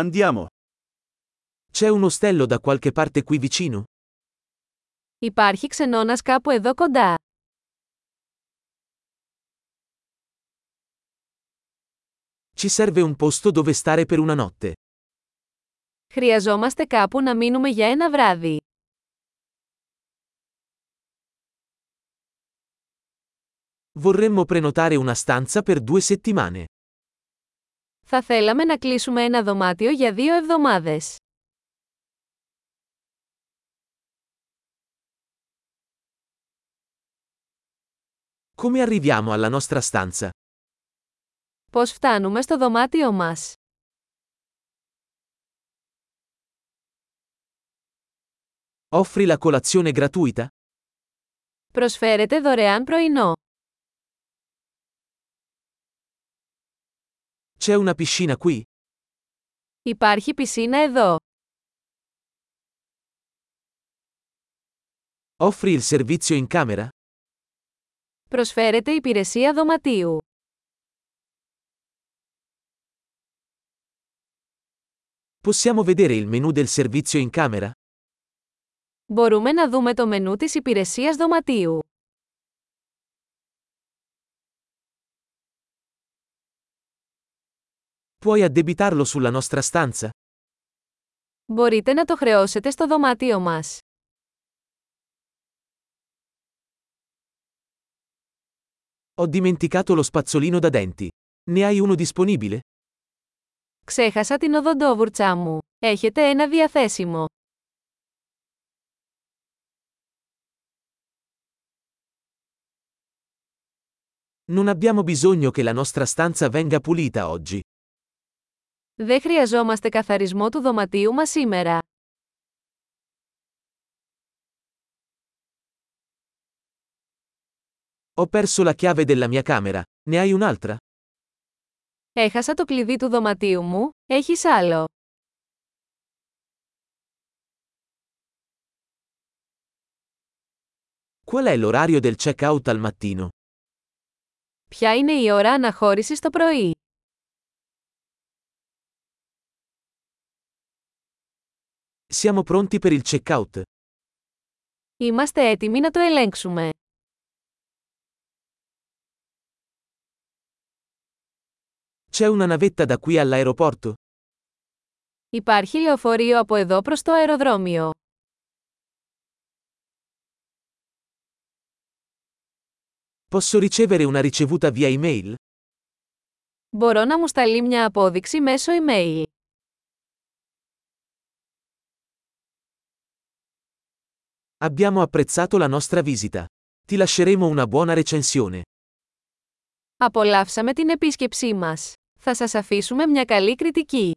Andiamo. C'è un ostello da qualche parte qui vicino? Υπάρχει ξενώνας κάπου εδώ κοντά. Ci serve un posto dove stare per una notte. Χρειαζόμαστε κάπου να μείνουμε για ένα βράδυ. Vorremmo prenotare una stanza per due settimane. Θα θέλαμε να κλείσουμε ένα δωμάτιο για δύο εβδομάδες. Come arriviamo alla nostra stanza? Πώς φτάνουμε στο δωμάτιο μας. Offri la colazione gratuita? Προσφέρετε δωρεάν πρωινό. C'è una piscina qui? Υπάρχει πισίνα εδώ. Offri il servizio in camera? Προσφέρετε υπηρεσία δωματίου. Possiamo vedere il menu del servizio in camera? Μπορούμε να δούμε το μενού της υπηρεσίας δωματίου. Puoi addebitarlo sulla nostra stanza? Μπορείτε να το χρεώσετε στο δωμάτιο μας. Ho dimenticato lo spazzolino da denti. Ne hai uno disponibile? Ξέχασα την οδοντόβουρτσά μου. Έχετε ένα διαθέσιμο. Non abbiamo bisogno che la nostra stanza venga pulita oggi. Δεν χρειαζόμαστε καθαρισμό του δωματίου μας σήμερα. Ho perso la chiave della mia camera. Ne hai un'altra? Έχασα το κλειδί του δωματίου μου, έχεις άλλο. Qual è l'orario del check-out al mattino? Ποια είναι η ώρα αναχώρησης το πρωί. Siamo pronti per il check-out. Είμαστε έτοιμοι να το ελέγξουμε. C'è una navetta da qui all'aeroporto? Υπάρχει λεωφορείο από εδώ προς το αεροδρόμιο. Posso ricevere una ricevuta via email? Μπορώ να μου σταλεί μια απόδειξη μέσω email. Abbiamo apprezzato la nostra visita. Ti lasceremo una buona recensione. Απολαύσαμε την επίσκεψή μας. Θα σας αφήσουμε μια καλή κριτική.